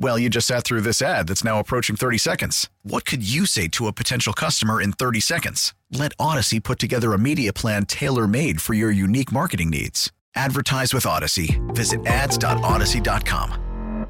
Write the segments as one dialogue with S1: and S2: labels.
S1: Well, you just sat through this ad that's now approaching 30 seconds. What could you say to a potential customer in 30 seconds? Let Odyssey put together a media plan tailor made for your unique marketing needs. Advertise with Odyssey. Visit ads.odyssey.com.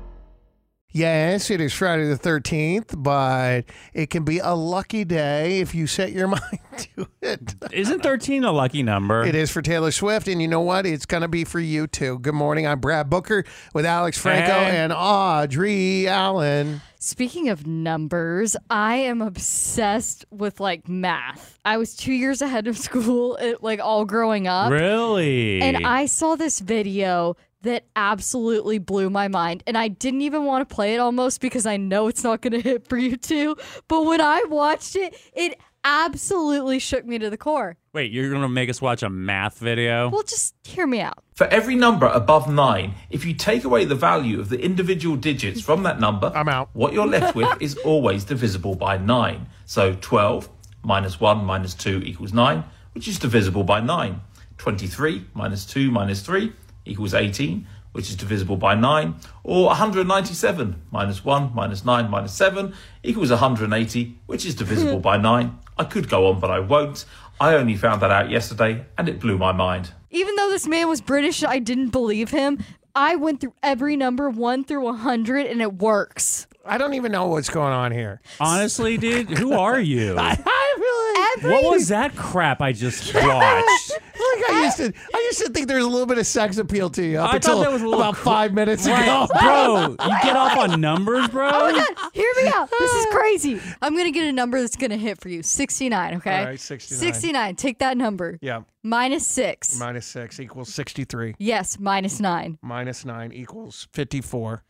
S2: Yes, it is Friday the 13th, but it can be a lucky day if you set your mind to it.
S3: Isn't 13 a lucky number?
S2: It is for Taylor Swift, and you know what? It's going to be for you too. Good morning. I'm Brad Booker with Alex Franco
S3: Hey.
S2: and Audrey Allen.
S4: Speaking of numbers, I am obsessed with like math. I was two years ahead of school, it, like all growing up.
S3: Really?
S4: And I saw this video that absolutely blew my mind. And I didn't even want to play it almost because I know it's not going to hit for you two. But when I watched it, it absolutely shook me to the core.
S3: Wait, you're going to make us watch a math video?
S4: Well, just hear me out.
S5: For every number above nine, if you take away the value of the individual digits from that number,
S2: I'm out.
S5: What you're left with is always divisible by nine. So 12 minus 1 minus 2 equals 9, which is divisible by 9. 23 minus 2 minus 3 equals 18, which is divisible by 9. Or 197 minus 1 minus 9 minus 7 equals 180, which is divisible by 9. I could go on, but I won't. I only found that out yesterday and it blew my mind.
S4: Even though this man was British, I didn't believe him. I went through every number, one through 100, and it works.
S2: I don't even know what's going on here.
S3: Honestly, dude, who are you?
S2: I really.
S4: Every
S3: what was that crap I just watched?
S2: Like I used to, I used to think there was a little bit of sex appeal to you up
S3: I thought
S2: until
S3: that was a little
S2: about
S3: cl-
S2: five minutes ago.
S3: Right. bro, you get off on numbers, bro?
S2: Oh
S4: Hear me out. This is crazy. I'm going to get a number that's going to hit for you 69, okay?
S2: All right, 69.
S4: 69. Take that number.
S2: Yeah,
S4: Minus six.
S2: minus six equals sixty-three.
S4: yes, minus nine.
S2: Minus nine equals fifty-four.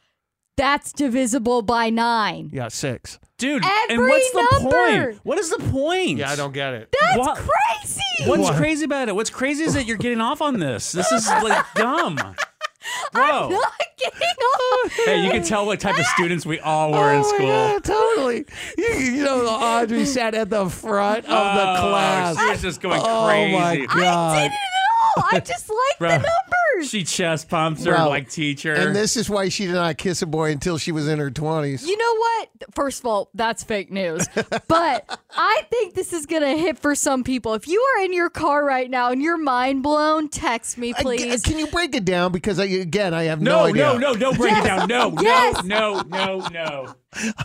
S4: That's divisible by nine.
S2: Yeah, six.
S3: Dude, and
S4: Every
S3: what's the
S4: number.
S3: point? What is the point?
S2: Yeah, I don't get it.
S4: That's
S3: What-
S4: crazy.
S3: What's
S2: What?
S3: crazy about it? What's crazy is that you're getting off on this. This is like dumb. Bro.
S4: I'm not getting off.
S3: Hey, you can tell what type of students we all were
S2: Oh
S3: in
S2: my
S3: school.
S2: God, totally. You, you know, Audrey sat at the front of the
S3: Oh,
S2: class.
S3: She was just going
S2: Oh,
S3: crazy.
S2: my
S4: I
S2: God.
S4: didn't at all. I just like
S3: Bro.
S4: the numbers.
S3: She chest pumps her
S2: Bro.
S3: like teacher.
S2: And this is why she did not kiss a boy until she was in her 20s.
S4: You know what? First of all, that's fake news. but I think this is going to hit for some people. If you are in your car right now and you're mind blown, text me,
S2: I-
S4: please.
S2: Can you break it down? Because I, again, I have no,
S3: no,
S2: idea.
S3: no, no, no, break it down. No,
S4: Yes.
S3: no, no, no, no.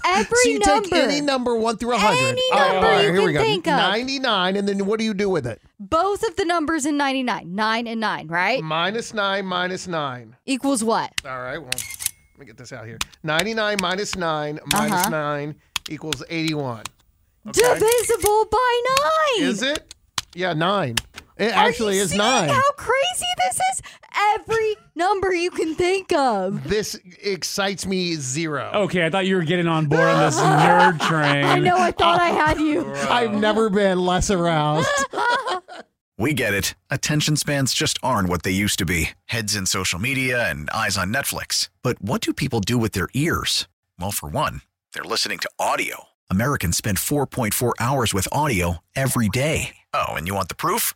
S4: Every
S2: So you
S4: number.
S2: take any number one through a hundred.
S4: Any
S2: All right,
S4: number
S2: all right,
S4: you
S2: here we
S4: can
S2: go.
S4: think of.
S2: Ninety-nine, and then what do you do with it?
S4: both of the numbers in 99, 9 and 9, right?
S2: Minus nine, minus nine.
S4: Equals what?
S2: All right. Well, let me get this out here. Ninety-nine minus nine minus
S4: Uh-huh.
S2: nine equals eighty-one.
S4: Divisible by 9.
S2: Is it? Yeah, nine. It
S4: Are
S2: actually
S4: you
S2: is
S4: seeing
S2: nine.
S4: How crazy this is? Every number you can think of.
S2: This excites me zero.
S3: Okay, I thought you were getting on board on this nerd train.
S4: I know I thought I had you.
S2: I've never been less aroused.
S1: We get it. Attention spans just aren't what they used to be heads in social media and eyes on Netflix. But what do people do with their ears? Well, for one, they're listening to audio. Americans spend 4.4 hours with audio every day. Oh, and you want the proof?